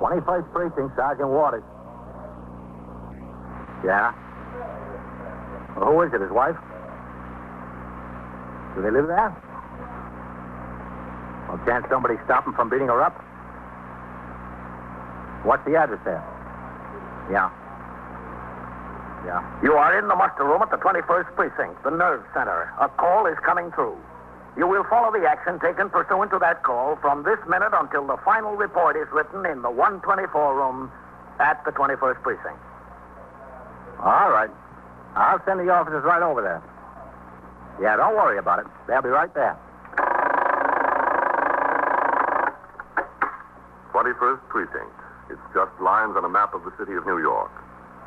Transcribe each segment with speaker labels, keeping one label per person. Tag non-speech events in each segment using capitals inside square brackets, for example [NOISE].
Speaker 1: 21st Precinct, Sergeant Waters. Yeah? Well, who is it? His wife? Do they live there? Well, can't somebody stop him from beating her up? What's the address there? Yeah. Yeah.
Speaker 2: You are in the muster room at the 21st Precinct, the nerve center. A call is coming through. You will follow the action taken pursuant to that call from this minute until the final report is written in the 124 room at the 21st Precinct.
Speaker 1: All right. I'll send the officers right over there. Yeah, don't worry about it. They'll be right there.
Speaker 3: 21st Precinct. It's just lines on a map of the city of New York.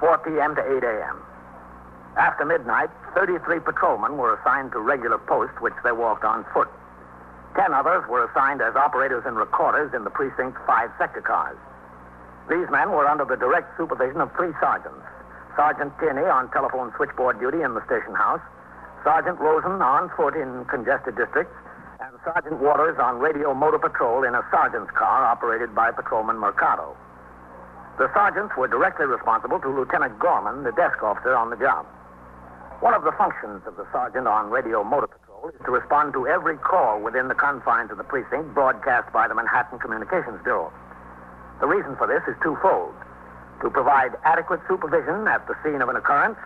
Speaker 2: 4 p.m. to 8 a.m. After midnight, 33 patrolmen were assigned to regular posts, which they walked on foot. Ten others were assigned as operators and recorders in the precinct's five sector cars. These men were under the direct supervision of three sergeants Sergeant Tierney on telephone switchboard duty in the station house, Sergeant Rosen on foot in congested districts, and Sergeant Waters on radio motor patrol in a sergeant's car operated by Patrolman Mercado. The sergeants were directly responsible to Lieutenant Gorman, the desk officer on the job. One of the functions of the sergeant on radio motor patrol is to respond to every call within the confines of the precinct broadcast by the Manhattan Communications Bureau. The reason for this is twofold to provide adequate supervision at the scene of an occurrence,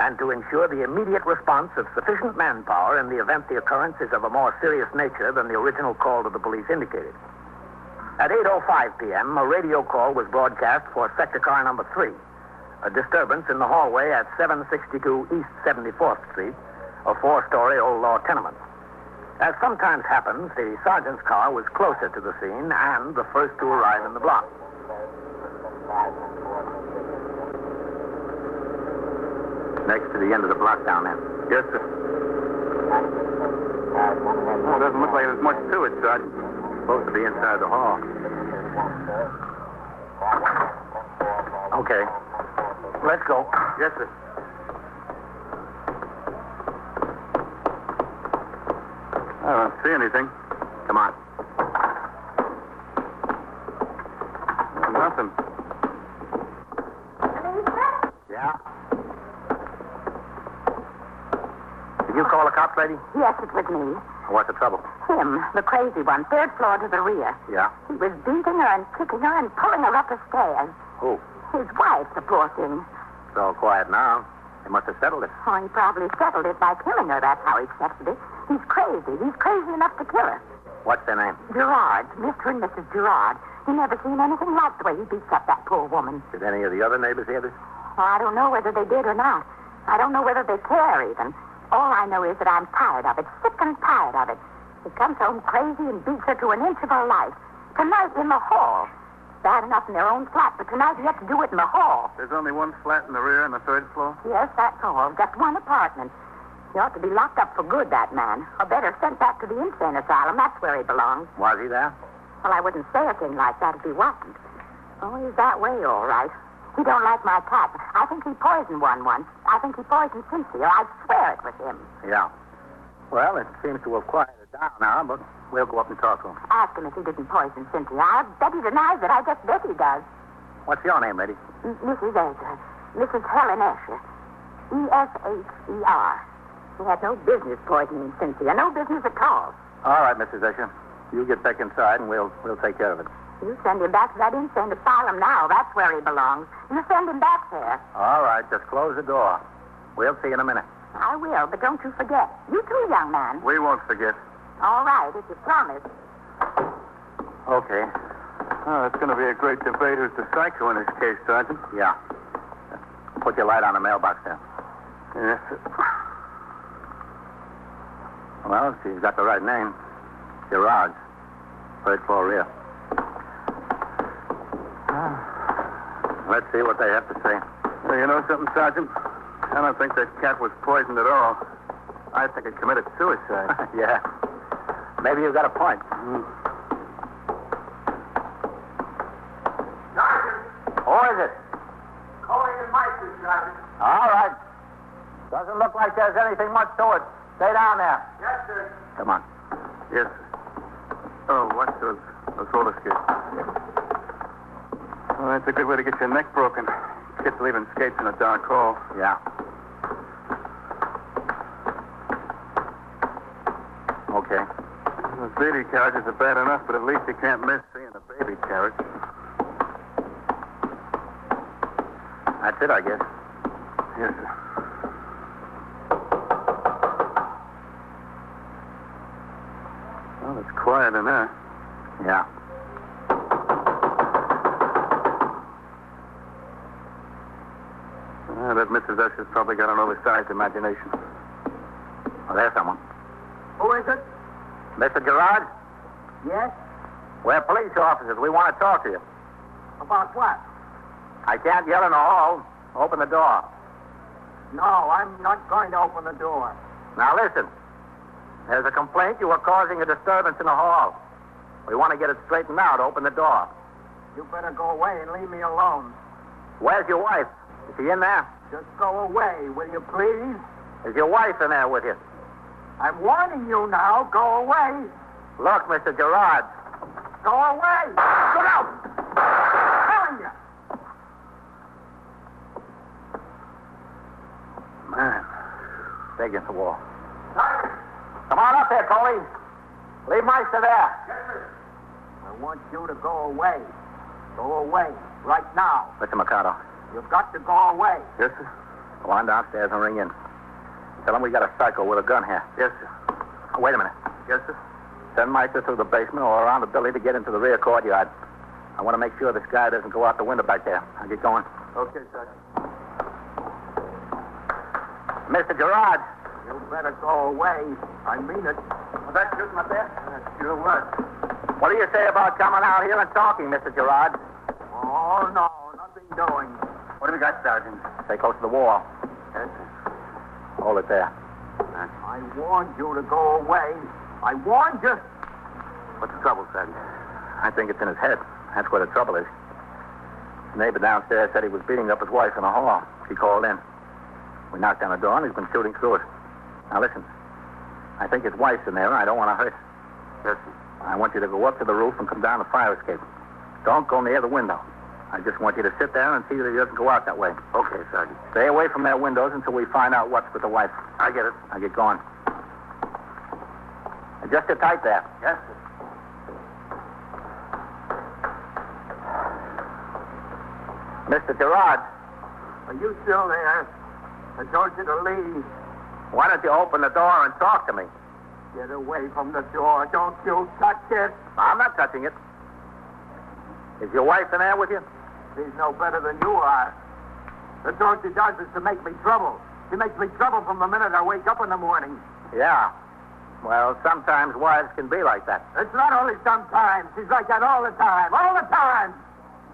Speaker 2: and to ensure the immediate response of sufficient manpower in the event the occurrence is of a more serious nature than the original call to the police indicated. At 8.05 p.m., a radio call was broadcast for sector car number 3, a disturbance in the hallway at 762 East 74th Street, a four-story old law tenement. As sometimes happens, the sergeant's car was closer to the scene and the first to arrive in the block.
Speaker 1: Next to the end of the block down there.
Speaker 4: Yes, sir. Well, doesn't look like there's much to it, Sergeant.
Speaker 1: Supposed to be inside the hall. Okay.
Speaker 2: Let's go.
Speaker 4: Yes, sir. I don't see anything.
Speaker 1: Come on.
Speaker 4: Nothing.
Speaker 1: Yeah? Did you call the cops, lady?
Speaker 5: Yes, it was me.
Speaker 1: What's the trouble?
Speaker 5: Him, the crazy one, third floor to the rear.
Speaker 1: Yeah?
Speaker 5: He was beating her and kicking her and pulling her up the stairs.
Speaker 1: Who?
Speaker 5: His wife, the poor thing.
Speaker 1: It's all quiet now. They must have settled it.
Speaker 5: Oh, he probably settled it by killing her. That's how he settled it. He's crazy. He's crazy enough to kill her.
Speaker 1: What's their name?
Speaker 5: Gerard, Mr. and Mrs. Gerard. He never seen anything like the way he beats up that poor woman.
Speaker 1: Did any of the other neighbors hear this?
Speaker 5: Oh, I don't know whether they did or not. I don't know whether they care even. All I know is that I'm tired of it, sick and tired of it. He comes home crazy and beats her to an inch of her life. Tonight in the hall. Bad enough in their own flat, but tonight he had to do it in the hall.
Speaker 4: There's only one flat in the rear on the third floor.
Speaker 5: Yes, that's all. Just one apartment. He ought to be locked up for good, that man. Or better sent back to the insane asylum. That's where he belongs.
Speaker 1: Was he there?
Speaker 5: Well, I wouldn't say a thing like that if he wasn't. Oh, he's that way, all right. He don't like my cat. I think he poisoned one once. I think he poisoned Cynthia. I swear it was him.
Speaker 1: Yeah. Well, it seems to have quieted down now, but we'll go up and talk to him.
Speaker 5: Ask him if he didn't poison Cynthia. I bet he denies it. I just bet he does.
Speaker 1: What's your name, lady?
Speaker 5: M- Mrs. Asher. Mrs. Helen Asher. E E-S-H-E-R. He had no business poisoning Cynthia. No business at all.
Speaker 1: All right, Mrs. Escher. You get back inside, and we'll we'll take care of it.
Speaker 5: You send him back to that insane asylum now. That's where he belongs. You send him back there.
Speaker 1: All right, just close the door. We'll see in a minute.
Speaker 5: I will, but don't you forget. You too, young man.
Speaker 4: We won't forget.
Speaker 5: All right, if you promise.
Speaker 1: Okay.
Speaker 4: Oh, it's going to be a great debate who's the psycho in this case, Sergeant.
Speaker 1: Yeah. Put your light on the mailbox there.
Speaker 4: Yes, sir.
Speaker 1: Well, she's got the right name. Gerard. Third floor rear.
Speaker 2: Let's see what they have to say.
Speaker 4: Hey, you know something, Sergeant? I don't think that cat was poisoned at all. I think it committed suicide.
Speaker 2: yeah. Maybe you've got a point. Who is it?
Speaker 1: All right. Doesn't look like there's anything much to it. Stay down there.
Speaker 2: Come on.
Speaker 4: yes. Oh, what's those? Those roller skates. Well, that's a good way to get your neck broken. Kids leaving skates in a dark hole.
Speaker 2: Yeah. Okay.
Speaker 4: Those baby carriages are bad enough, but at least you can't miss seeing a baby carriage.
Speaker 2: That's it, I guess.
Speaker 4: Yes, sir. Well, it's quiet in there.
Speaker 2: Yeah.
Speaker 4: Yeah, that Mrs. S has probably got an oversized imagination.
Speaker 2: Well, there's someone.
Speaker 6: Who is it?
Speaker 2: Mr. Gerard,
Speaker 6: Yes?
Speaker 2: we're police officers. We want to talk to you.
Speaker 6: About what?
Speaker 2: I can't yell in the hall. Open the door.
Speaker 6: No, I'm not going to open the door.
Speaker 2: Now listen. There's a complaint you were causing a disturbance in the hall. We want to get it straightened out. Open the door.
Speaker 6: You better go away and leave me alone.
Speaker 2: Where's your wife? Is she in there?
Speaker 6: Just go away, will you please?
Speaker 2: Is your wife in there with you?
Speaker 6: I'm warning you now. Go away.
Speaker 2: Look, Mr. Gerard.
Speaker 6: Go away. Get out. I'm telling you.
Speaker 2: Man. Big against the wall. Come on up there, Coley. Leave Meister there.
Speaker 6: I want you to go away. Go away. Right now.
Speaker 2: Mr. Mikado,
Speaker 6: You've got to go away.
Speaker 4: Yes, sir?
Speaker 2: go on downstairs and ring in. Tell him we got a psycho with a gun here.
Speaker 4: Yes, sir.
Speaker 2: Oh, wait a minute.
Speaker 4: Yes, sir.
Speaker 2: Send Meister through the basement or around the building to get into the rear courtyard. I want to make sure this guy doesn't go out the window back there. I'll get going.
Speaker 4: Okay, Sergeant.
Speaker 2: Mr. Gerard.
Speaker 6: You better go away. I mean it.
Speaker 4: That shooting up there? sure was.
Speaker 2: What do you say about coming out here and talking, Mr. Gerard?
Speaker 6: Oh, no. Nothing doing.
Speaker 4: What have you got, Sergeant?
Speaker 2: Stay close to the wall.
Speaker 4: Yes, sir.
Speaker 2: Hold it there.
Speaker 6: I warned you to go away. I warned you.
Speaker 4: What's the trouble, Sergeant?
Speaker 2: I think it's in his head. That's where the trouble is. The neighbor downstairs said he was beating up his wife in the hall. She called in. We knocked on the door, and he's been shooting through it. Now, listen. I think his wife's in there. I don't want to hurt her.
Speaker 4: Yes, sir.
Speaker 2: I want you to go up to the roof and come down the fire escape. Don't go near the window. I just want you to sit there and see that he doesn't go out that way.
Speaker 4: Okay, Sergeant.
Speaker 2: Stay away from their windows until we find out what's with the wife.
Speaker 4: I get it.
Speaker 2: Now get going. Now, Just sit tight there.
Speaker 4: Yes, sir.
Speaker 2: Mr. Gerard,
Speaker 6: Are you still there? I told you to leave.
Speaker 2: why don't you open the door and talk to me?
Speaker 6: Get away from the door. Don't you touch it.
Speaker 2: I'm not touching it. Is your wife in there with you?
Speaker 6: She's no better than you are. That's all she does is to make me trouble. She makes me trouble from the minute I wake up in the morning.
Speaker 2: Yeah. Well, sometimes wives can be like that.
Speaker 6: It's not only sometimes. She's like that all the time. All the time.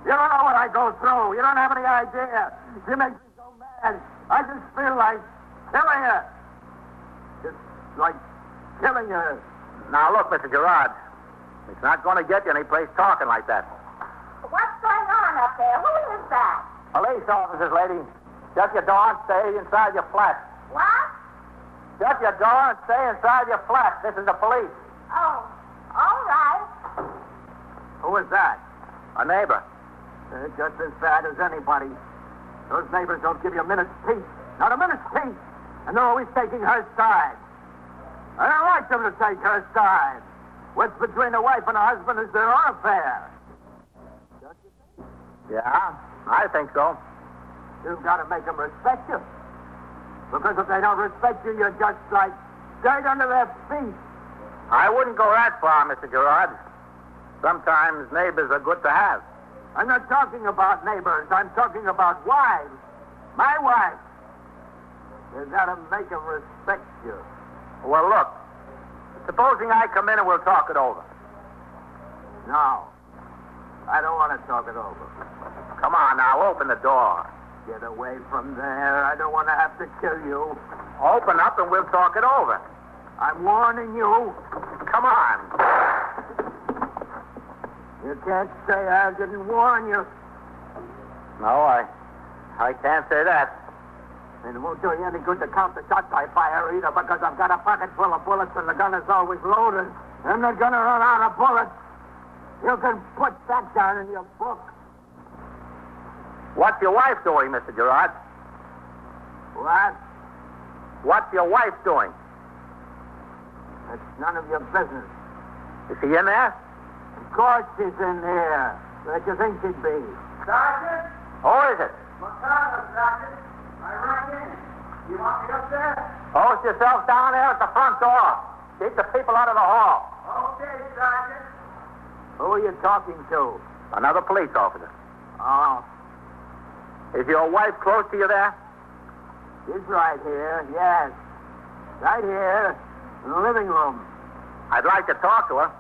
Speaker 6: You don't know what I go through. You don't have any idea. She makes me so mad. I just feel like killing her. Just like killing her.
Speaker 2: Now, look, Mr. Gerard, it's not going to get you anyplace talking like that.
Speaker 5: What's going on up there? Who is that?
Speaker 2: Police officers, lady. Shut your door and stay inside your flat.
Speaker 5: What?
Speaker 2: Shut your door and stay inside your flat. This is the police.
Speaker 5: Oh, all right.
Speaker 6: Who is that?
Speaker 2: A neighbor.
Speaker 6: They're just as bad as anybody. Those neighbors don't give you a minute's peace. Not a minute's peace. And they're always taking her side. I don't like them to take her side. What's between a wife and a husband is their own affair.
Speaker 2: Yeah, I think so.
Speaker 6: You've got to make them respect you. Because if they don't respect you, you're just like dirt under their feet.
Speaker 2: I wouldn't go that far, Mr. Gerard. Sometimes neighbors are good to have.
Speaker 6: I'm not talking about neighbors. I'm talking about wives. My wife. You gotta make them respect you.
Speaker 2: Well, look. Supposing I come in and we'll talk it over.
Speaker 6: Now, I don't want to talk it over.
Speaker 2: Come on now, open the door.
Speaker 6: Get away from there. I don't want to have to kill you.
Speaker 2: Open up and we'll talk it over.
Speaker 6: I'm warning you.
Speaker 2: Come on.
Speaker 6: You can't say I didn't warn you.
Speaker 2: No, I. I can't say that.
Speaker 6: And it won't do you any good to count the shots I fire either because I've got a pocket full of bullets and the gun is always loaded. I'm not going to run out of bullets. You can put that down in your book.
Speaker 2: What's your wife doing, Mr. Gerard?
Speaker 6: What?
Speaker 2: What's your wife doing?
Speaker 6: It's none of your business.
Speaker 2: Is she in there?
Speaker 6: Of course she's in here. Where'd you think she'd be?
Speaker 2: Who is it? Hold yourself down there at the front door. Keep the people out of the hall.
Speaker 6: Who are you talking to?
Speaker 2: Another police officer.
Speaker 6: Oh,
Speaker 2: Is your wife close to you there?
Speaker 6: she's right here. Yes. Right here. In the living room.
Speaker 2: I'd like to talk to her.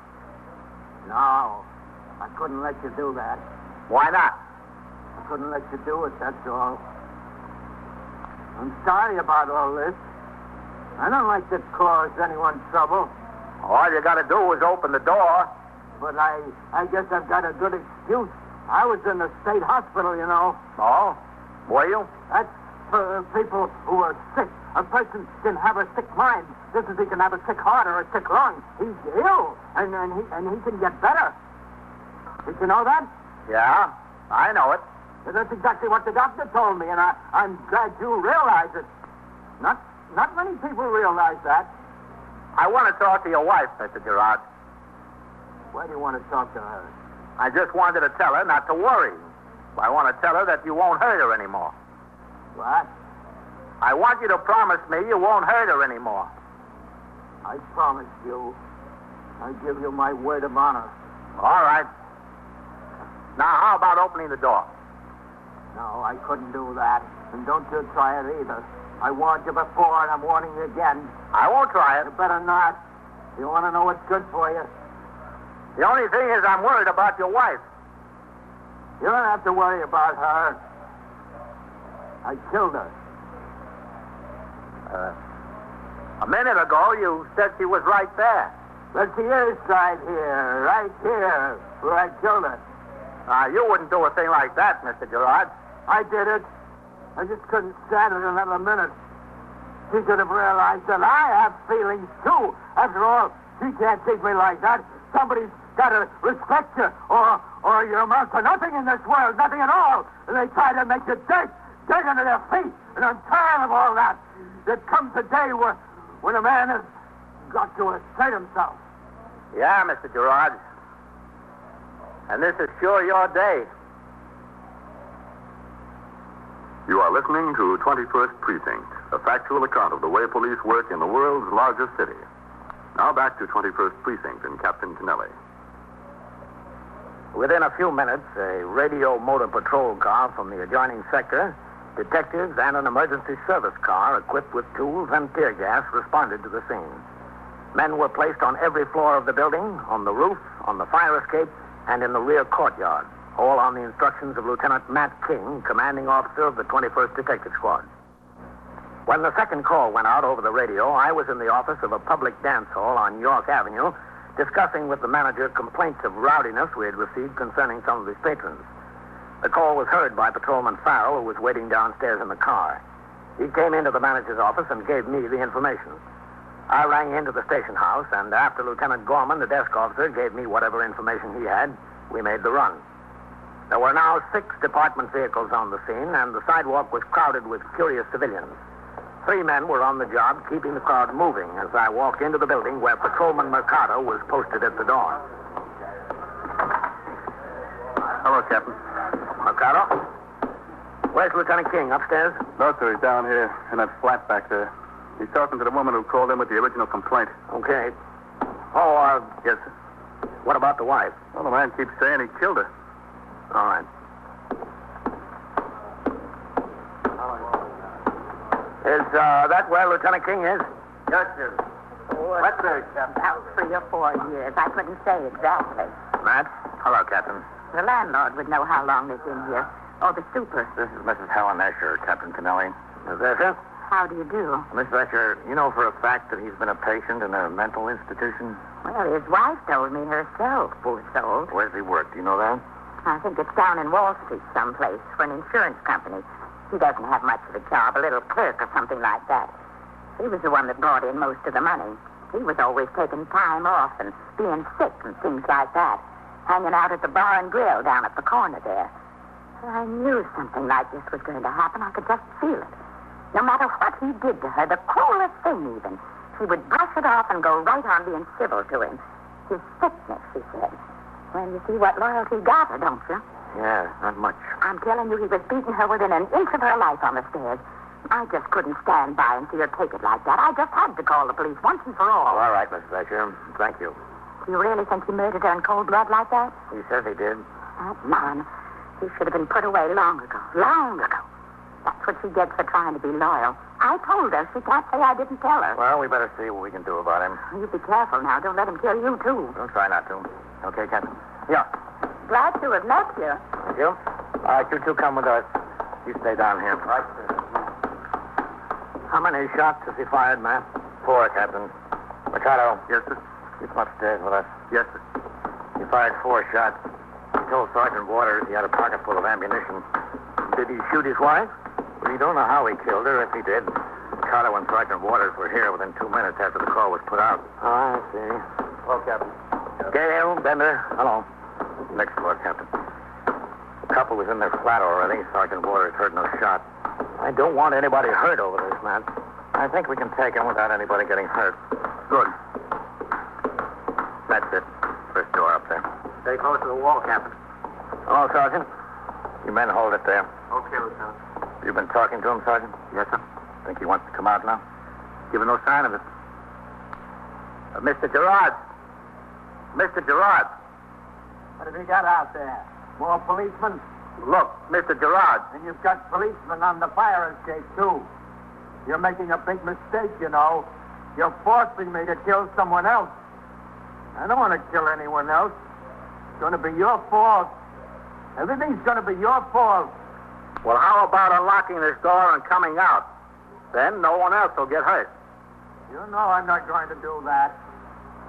Speaker 6: No. I couldn't let you do that.
Speaker 2: Why not?
Speaker 6: I couldn't let you do it, that's all. I'm sorry about all this. I don't like to cause anyone trouble,
Speaker 2: All you gotta do is open the door.
Speaker 6: but I, I guess I've got a good excuse. I was in the state hospital, you know.
Speaker 2: Oh? Were you?
Speaker 6: That's for people who are sick. A person can have a sick mind, just as he can have a sick heart or a sick lung. He's ill, and, and, he, and he can get better. Did you know that?
Speaker 2: Yeah, I know it.
Speaker 6: That's exactly what the doctor told me, and I, I'm glad you realize it. Not, not many people realize that.
Speaker 2: I want to talk to your wife, Mr. Gerard.
Speaker 6: Why do you want to talk to her?
Speaker 2: I just wanted to tell her not to worry. I want to tell her that you won't hurt her anymore.
Speaker 6: What?
Speaker 2: I want you to promise me you won't hurt her anymore.
Speaker 6: I promise you. I give you my word of honor.
Speaker 2: All right. Now, how about opening the door?
Speaker 6: No, I couldn't do that. And don't you try it either. I warned you before, and I'm warning you again.
Speaker 2: I won't try it.
Speaker 6: You better not. You want to know what's good for you?
Speaker 2: The only thing is, I'm worried about your wife.
Speaker 6: You don't have to worry about her. I killed her.
Speaker 2: Uh, A minute ago, you said she was right there.
Speaker 6: But she is right here, right here, where I killed her.
Speaker 2: Now, you wouldn't do a thing like that, Mr. Gerard.
Speaker 6: I did it. I just couldn't stand it another minute. She should have realized that I have feelings too. After all, she can't treat me like that. Somebody's got to respect you, or or you amount to nothing in this world, nothing at all. And they try to make you dirt, dirt under their feet. And I'm tired of all that. There comes a day where, when a man has got to assert himself.
Speaker 2: Yeah, Mr. Gerard. And this is sure your day.
Speaker 3: You are listening to 21st Precinct, a factual account of the way police work in the world's largest city. Now back to 21st Precinct and Captain Kennelly.
Speaker 2: Within a few minutes, a radio motor patrol car from the adjoining sector, detectives, and an emergency service car equipped with tools and tear gas responded to the scene. Men were placed on every floor of the building, on the roof, on the fire escape, and in the rear courtyard, all on the instructions of Lieutenant Matt King, commanding officer of the 21st Detective Squad. When the second call went out over the radio, I was in the office of a public dance hall on York Avenue discussing with the manager complaints of rowdiness we had received concerning some of his patrons. The call was heard by Patrolman Farrell, who was waiting downstairs in the car. He came into the manager's office and gave me the information. I rang into the station house, and after Lieutenant Gorman, the desk officer, gave me whatever information he had, we made the run. There were now six department vehicles on the scene, and the sidewalk was crowded with curious civilians. Three men were on the job, keeping the crowd moving as I walked into the building where Patrolman Mercado was posted at the door.
Speaker 4: Hello, Captain.
Speaker 2: Mercado? Where's Lieutenant King? Upstairs?
Speaker 4: No, sir, he's down here in that flat back there. He's talking to the woman who called in with the original complaint.
Speaker 2: Okay. Oh, uh,
Speaker 4: Yes, sir.
Speaker 2: what about the wife?
Speaker 4: Well, the man keeps saying he killed her.
Speaker 2: All right. Is uh, that where Lieutenant King is?
Speaker 5: What? About three or four years. I couldn't say exactly.
Speaker 2: Matt? Hello, Captain.
Speaker 5: The landlord would know how long they've been here. Or the super.
Speaker 2: This is Mrs. Helen Escher, Captain Kennelly. Mrs. Escher?
Speaker 5: How do you do?
Speaker 2: Mrs. Escher, you know for a fact that he's been a patient in a mental institution?
Speaker 5: Well, his wife told me herself, poor soul.
Speaker 2: Where's he work? Do you know that?
Speaker 5: I think it's down in Wall Street someplace for an insurance company. He doesn't have much of a job, a little clerk or something like that. He was the one that brought in most of the money. He was always taking time off and being sick and things like that. Hanging out at the bar and grill down at the corner there. I knew something like this was going to happen. I could just feel it. No matter what he did to her, the cruelest thing even, she would brush it off and go right on being civil to him. His sickness, she said. Well, you see what loyalty got her, don't you?
Speaker 2: Yeah, not much.
Speaker 5: I'm telling you, he was beating her within an inch of her life on the stairs. I just couldn't stand by and see her take it like that. I just had to call the police once and for
Speaker 2: Oh,
Speaker 5: all.
Speaker 2: all right, Mrs. Escher. Thank you.
Speaker 5: Do you really think he murdered her in cold blood like that?
Speaker 2: He says he did.
Speaker 5: That man. He should have been put away long ago. Long ago. That's what she gets for trying to be loyal. I told her. She can't say I didn't tell her.
Speaker 2: Well, we better see what we can do about him.
Speaker 5: You be careful now. Don't let him kill you, too.
Speaker 2: We'll try not to. Okay, Captain?
Speaker 5: Glad to have met you.
Speaker 2: Thank you. All right, you two come with us. You stay down here. Right, How many shots has he fired, Matt? Four, Captain. Ricardo. Yes, sir. You come upstairs with us. Yes, sir. He fired four shots. He told Sergeant Waters he had a pocket full of ammunition. Did he shoot his wife? We don't know how he killed her, if he did. Ricardo and Sergeant Waters were here within two minutes after the call was put out. Oh, I see. Hello, Captain. Gail, Bender, hello. Next floor, Captain. The couple was in their flat already. Sergeant Waters heard no shot. I don't want anybody hurt over this, Matt. I think we can take him without anybody getting hurt. Good. That's it. First door up there.
Speaker 6: Stay close to the wall, Captain.
Speaker 2: Hello, Sergeant. You men hold it there.
Speaker 6: Okay, Lieutenant.
Speaker 2: You've been talking to him, Sergeant?
Speaker 6: Yes, sir.
Speaker 2: Think he wants to come out now?
Speaker 6: Giving no sign of it.
Speaker 2: Uh, Mr. Gerard. Mr. Gerard.
Speaker 6: What have you got out there? More policemen?
Speaker 2: Look, Mr. Gerard.
Speaker 6: And you've got policemen on the fire escape, too. You're making a big mistake, you know. You're forcing me to kill someone else. I don't want to kill anyone else. It's going to be your fault. Everything's going to be your fault.
Speaker 2: Well, how about unlocking this door and coming out? Then no one else will get hurt.
Speaker 6: You know I'm not going to do that.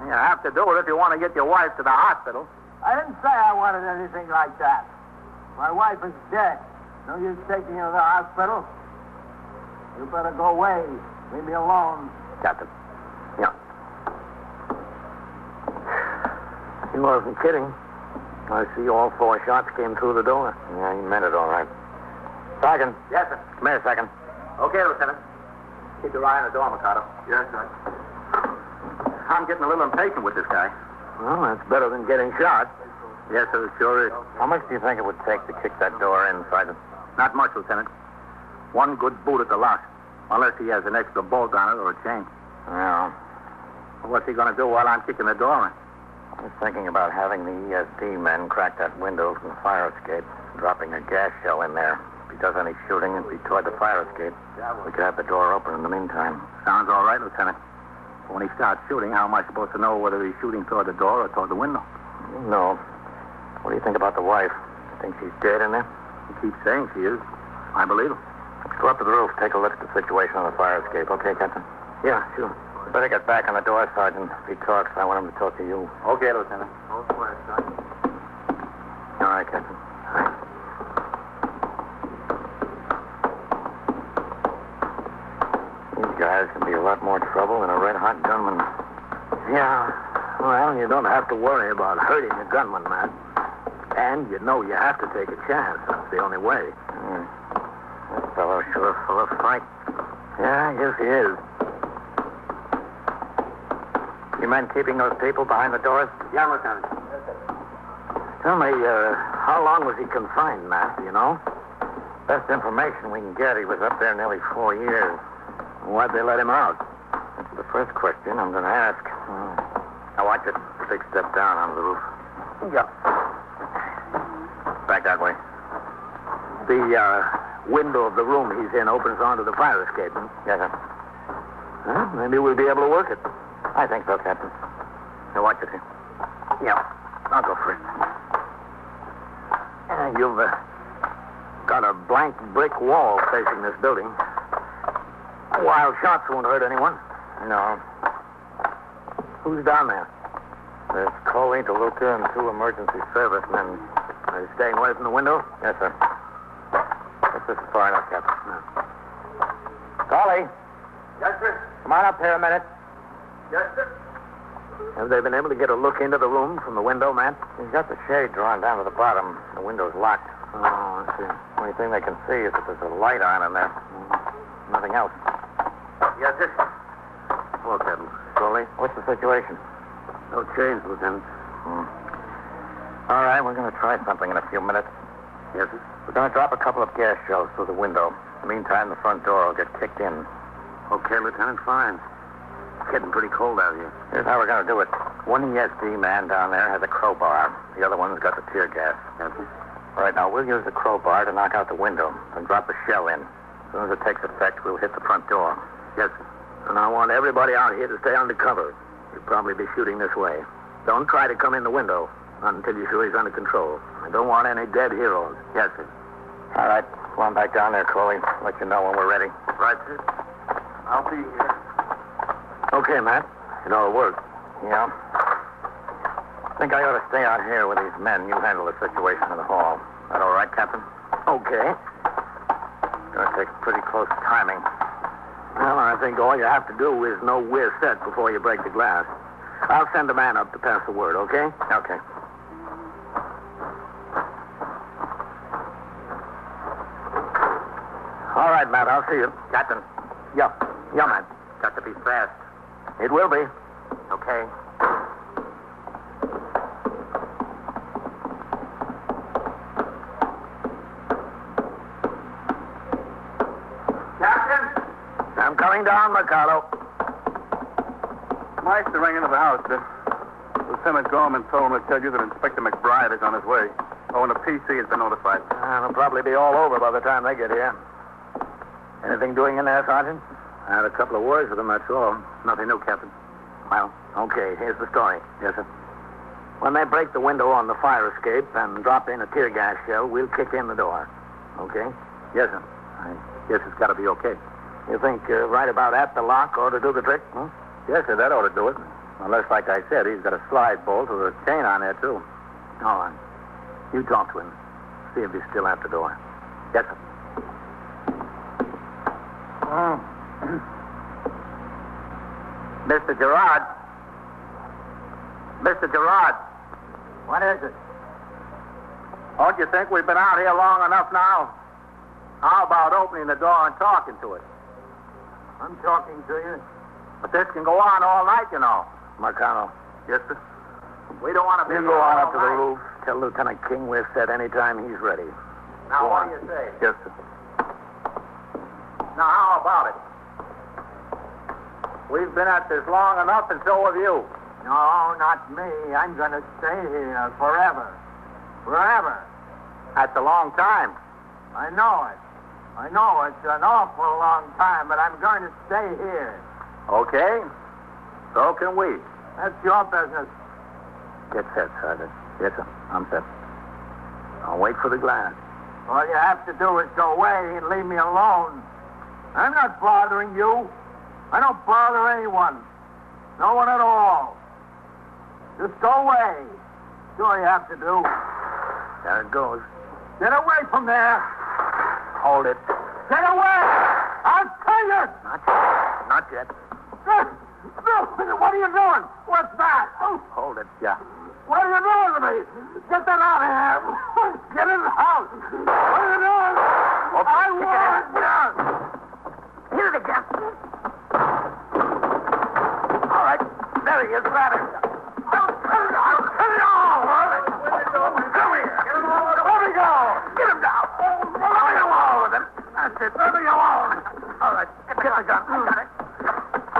Speaker 2: You have to do it if you want to get your wife to the hospital.
Speaker 6: I didn't say I wanted anything like that. My wife is dead. No use taking her to the hospital. You better go away. Leave me alone.
Speaker 2: Captain. Yeah. He wasn't kidding. I see all four shots came through the door. Yeah, he meant it all right. Sergeant. Yes, sir. Come here a second. Okay, Lieutenant. Keep your eye on the door, Mikado.
Speaker 4: Yes, sir.
Speaker 2: I'm getting a little impatient with this guy. Well, that's better than getting shot. Yes, sir, it sure is. How much do you think it would take to kick that door in, Sergeant? Not much, Lieutenant. One good boot at the lock, unless he has an extra bolt on it or a chain. Yeah. What's he going to do while I'm kicking the door in? I was thinking about having the ESD men crack that window from the fire escape, dropping a gas shell in there. If he does any shooting, it'll be toward the fire escape. We could have the door open in the meantime. Sounds all right, Lieutenant. When he starts shooting, how am I supposed to know whether he's shooting toward the door or toward the window? No. What do you think about the wife? Think she's dead in there? He keeps saying she is. I believe him. Let's go up to the roof, take a look at the situation on the fire escape, okay, Captain? Yeah, sure. Better get back on the door, Sergeant. If he talks, I want him to talk to you. Okay, Lieutenant.
Speaker 6: Both ways, Sergeant.
Speaker 2: All right, Captain. These guys can be a lot more trouble than a red hot gunman. Yeah. Well, you don't have to worry about hurting a gunman, man. And you know you have to take a chance. That's the only way. This fellow's Hmm. sure full of fight. Yeah, I guess he is. You mind keeping those people behind the doors?
Speaker 6: Yeah, Lieutenant.
Speaker 2: Tell me, uh, how long was he confined, Matt, do you know? Best information we can get, he was up there nearly four years. Why'd they let him out? That's the first question I'm going to ask. Hmm. Now, watch it. Big step down onto the roof. Yeah. Back that way. The uh, window of the room he's in opens onto the fire escape. Hmm? Yes, sir. Well, maybe we'll be able to work it. I think so, Captain. Now, watch it here. Yeah. I'll go first. Uh, you've uh, got a blank brick wall facing this building. Wild shots won't hurt anyone. No. Who's down there? There's Colleen, DeLuca, and two emergency servicemen. Are you staying away from the window? Yes, sir. This is far enough, Captain. Collie,
Speaker 6: Yes, sir.
Speaker 2: come on up here a minute.
Speaker 6: Yes, sir.
Speaker 2: Have they been able to get a look into the room from the window, Matt? He's got the shade drawn down to the bottom. The window's locked. Oh, I see. Only thing they can see is that there's a light on in there. Nothing else.
Speaker 6: Yes, sir.
Speaker 2: Well, Captain. Slowly. What's the situation?
Speaker 6: No change, Lieutenant.
Speaker 2: All right, we're going to try something in a few minutes.
Speaker 6: Yes, sir.
Speaker 2: We're going to drop a couple of gas shells through the window. In the meantime, the front door will get kicked in.
Speaker 6: Okay, Lieutenant, fine. It's getting pretty cold out here.
Speaker 2: Here's how we're going to do it. One ESD man down there has a crowbar. The other one's got the tear gas. All right, now we'll use the crowbar to knock out the window and drop a shell in. As soon as it takes effect, we'll hit the front door.
Speaker 6: Yes, sir.
Speaker 2: And I want everybody out here to stay under cover. You'll probably be shooting this way. Don't try to come in the window. Not until you're sure he's under control. I don't want any dead heroes.
Speaker 6: Yes, sir.
Speaker 2: All right, come on back down there, Coley. Let you know when we're ready.
Speaker 6: Right, sir. I'll be here.
Speaker 2: Okay, Matt.
Speaker 6: You know, it worked.
Speaker 2: Yeah. Think I ought to stay out here with these men. You handle the situation in the hall. That all right, Captain? Okay. Gonna take pretty close timing. Well, I think all you have to do is know we're set before you break the glass. I'll send a man up to pass the word, okay? Okay. All right, Matt, I'll see you. Captain. Yeah. Yeah, Matt.
Speaker 6: Got to be fast.
Speaker 2: It will be.
Speaker 6: Okay. Captain?
Speaker 2: I'm coming down, Mikado.
Speaker 4: Mike's the ring into the house. Uh, Lieutenant Gorman told him to tell you that Inspector McBride is on his way. Oh, and the PC has been notified.
Speaker 2: Uh, It'll probably be all over by the time they get here. Anything doing in there, Sergeant?
Speaker 1: I had a couple of words with him, that's all. Nothing new, Captain.
Speaker 2: Well, okay, here's the story. Yes, sir. When they break the window on the fire escape and drop in a tear gas shell, we'll kick in the door. Okay?
Speaker 1: Yes, sir. I guess it's got to be okay.
Speaker 2: You think uh, right about at the lock ought to do the trick? Hmm?
Speaker 1: Yes, sir, that ought to do it. Unless, like I said, he's got a slide bolt with a chain on there, too.
Speaker 2: All right. You talk to him. See if he's still at the door.
Speaker 1: Yes, sir.
Speaker 6: Oh.
Speaker 2: [CLEARS THROAT] Mr. Gerard. Mr. Gerard.
Speaker 6: What is it?
Speaker 2: Don't you think we've been out here long enough now? How about opening the door and talking to it?
Speaker 6: I'm talking to you.
Speaker 2: But this can go on all night, you know. Marcano,
Speaker 4: Yes, sir.
Speaker 2: we don't want to be
Speaker 6: You
Speaker 2: here
Speaker 6: go on
Speaker 2: all
Speaker 6: up to the
Speaker 2: night. Tell Lieutenant King we're set anytime he's ready.
Speaker 6: Now, what do you say?
Speaker 4: Yes, sir.
Speaker 2: Now, how about it? We've been at this long enough, and so have you.
Speaker 6: No, not me. I'm going to stay here forever. Forever.
Speaker 2: That's a long time.
Speaker 6: I know it. I know it's an awful long time, but I'm going to stay here.
Speaker 2: Okay. So can we.
Speaker 6: That's your business.
Speaker 2: Get set, Sergeant. Yes, sir. I'm set. I'll wait for the glass.
Speaker 6: All you have to do is go away and leave me alone. I'm not bothering you. I don't bother anyone. No one at all. Just go away. That's all you have to do.
Speaker 2: There it goes.
Speaker 6: Get away from there.
Speaker 2: Hold it.
Speaker 6: Get away. I'll tell you. [LAUGHS]
Speaker 2: Not yet. Not yet.
Speaker 6: No, what are you doing? What's that? Oh,
Speaker 2: Hold it. Yeah.
Speaker 6: What are you doing to me? Get that out of here. [LAUGHS] Get in the house. What are you doing? I want you.
Speaker 5: Here they come.
Speaker 2: All right. There he is. Grab him.
Speaker 6: I'll kill you. I'll kill you all. Come here. Let me go. Get him down. Let me alone with him. That's it. Let me alone. All right. Get my gun. I got it.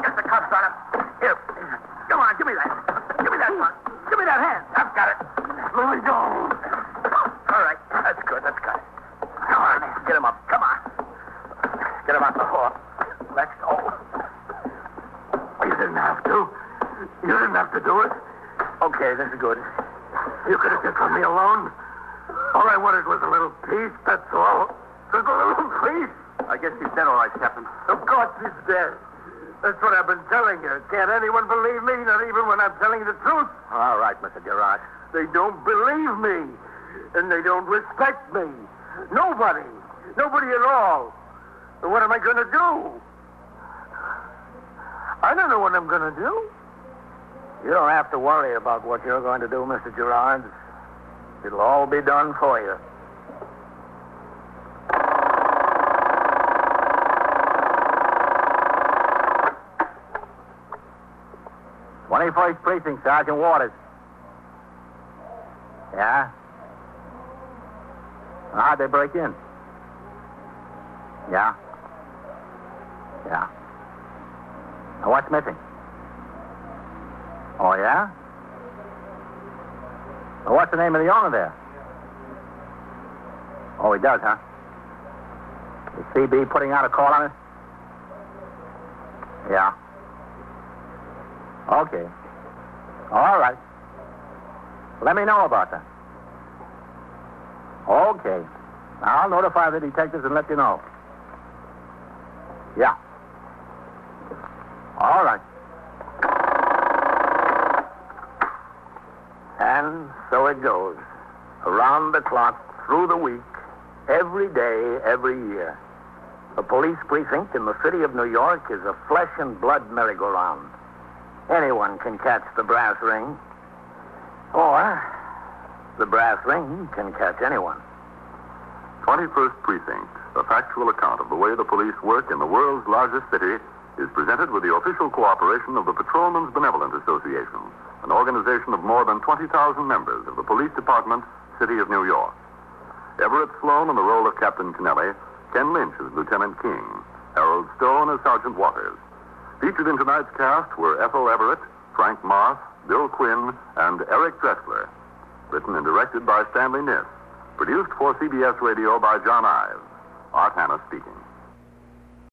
Speaker 6: Get the cuffs on him. Here. Come on. Give me that. Give me that one. Give me that hand. I've got it. Let me go. All right. That's good. That's good. Come on. Get him up. Come on. Get him out the floor. Let's go. You didn't have to. You didn't have to do it. Okay.
Speaker 2: Okay, this is good. You could have just let me alone. All I wanted was a little peace, that's all. Just a little peace.
Speaker 4: I guess he's dead all right, Captain.
Speaker 2: Of course he's dead. That's what I've been telling you. Can't anyone believe me, not even when I'm telling the truth?
Speaker 1: All right, Mr. Gerard.
Speaker 2: They don't believe me. And they don't respect me. Nobody. Nobody at all. And what am I going to do? I don't know what I'm going to do. You don't have to worry about what you're going to do, Mr. Gerard. It'll all be done for you.
Speaker 1: Twenty-first precinct, Sergeant Waters. Yeah? How'd they break in? Yeah? Yeah. Now what's missing? Oh, yeah? Well, what's the name of the owner there? Oh, he does, huh? Is CB putting out a call on it? Yeah. Okay. All right. Let me know about that. Okay. I'll notify the detectives and let you know. Yeah. All right.
Speaker 2: And so it goes. Around the clock, through the week, every day, every year. A police precinct in the city of New York is a flesh and blood merry-go-round. Anyone can catch the brass ring. Or the brass ring can catch anyone.
Speaker 3: 21st Precinct, a factual account of the way the police work in the world's largest city, is presented with the official cooperation of the Patrolmen's Benevolent Association, an organization of more than 20,000 members of the Police Department, City of New York. Everett Sloan in the role of Captain Kennelly, Ken Lynch as Lieutenant King, Harold Stone as Sergeant Waters. Featured in tonight's cast were Ethel Everett, Frank Moss, Bill Quinn, and Eric Dressler. Written and directed by Stanley Niss. Produced for CBS Radio by John Ives. Art Hannah speaking.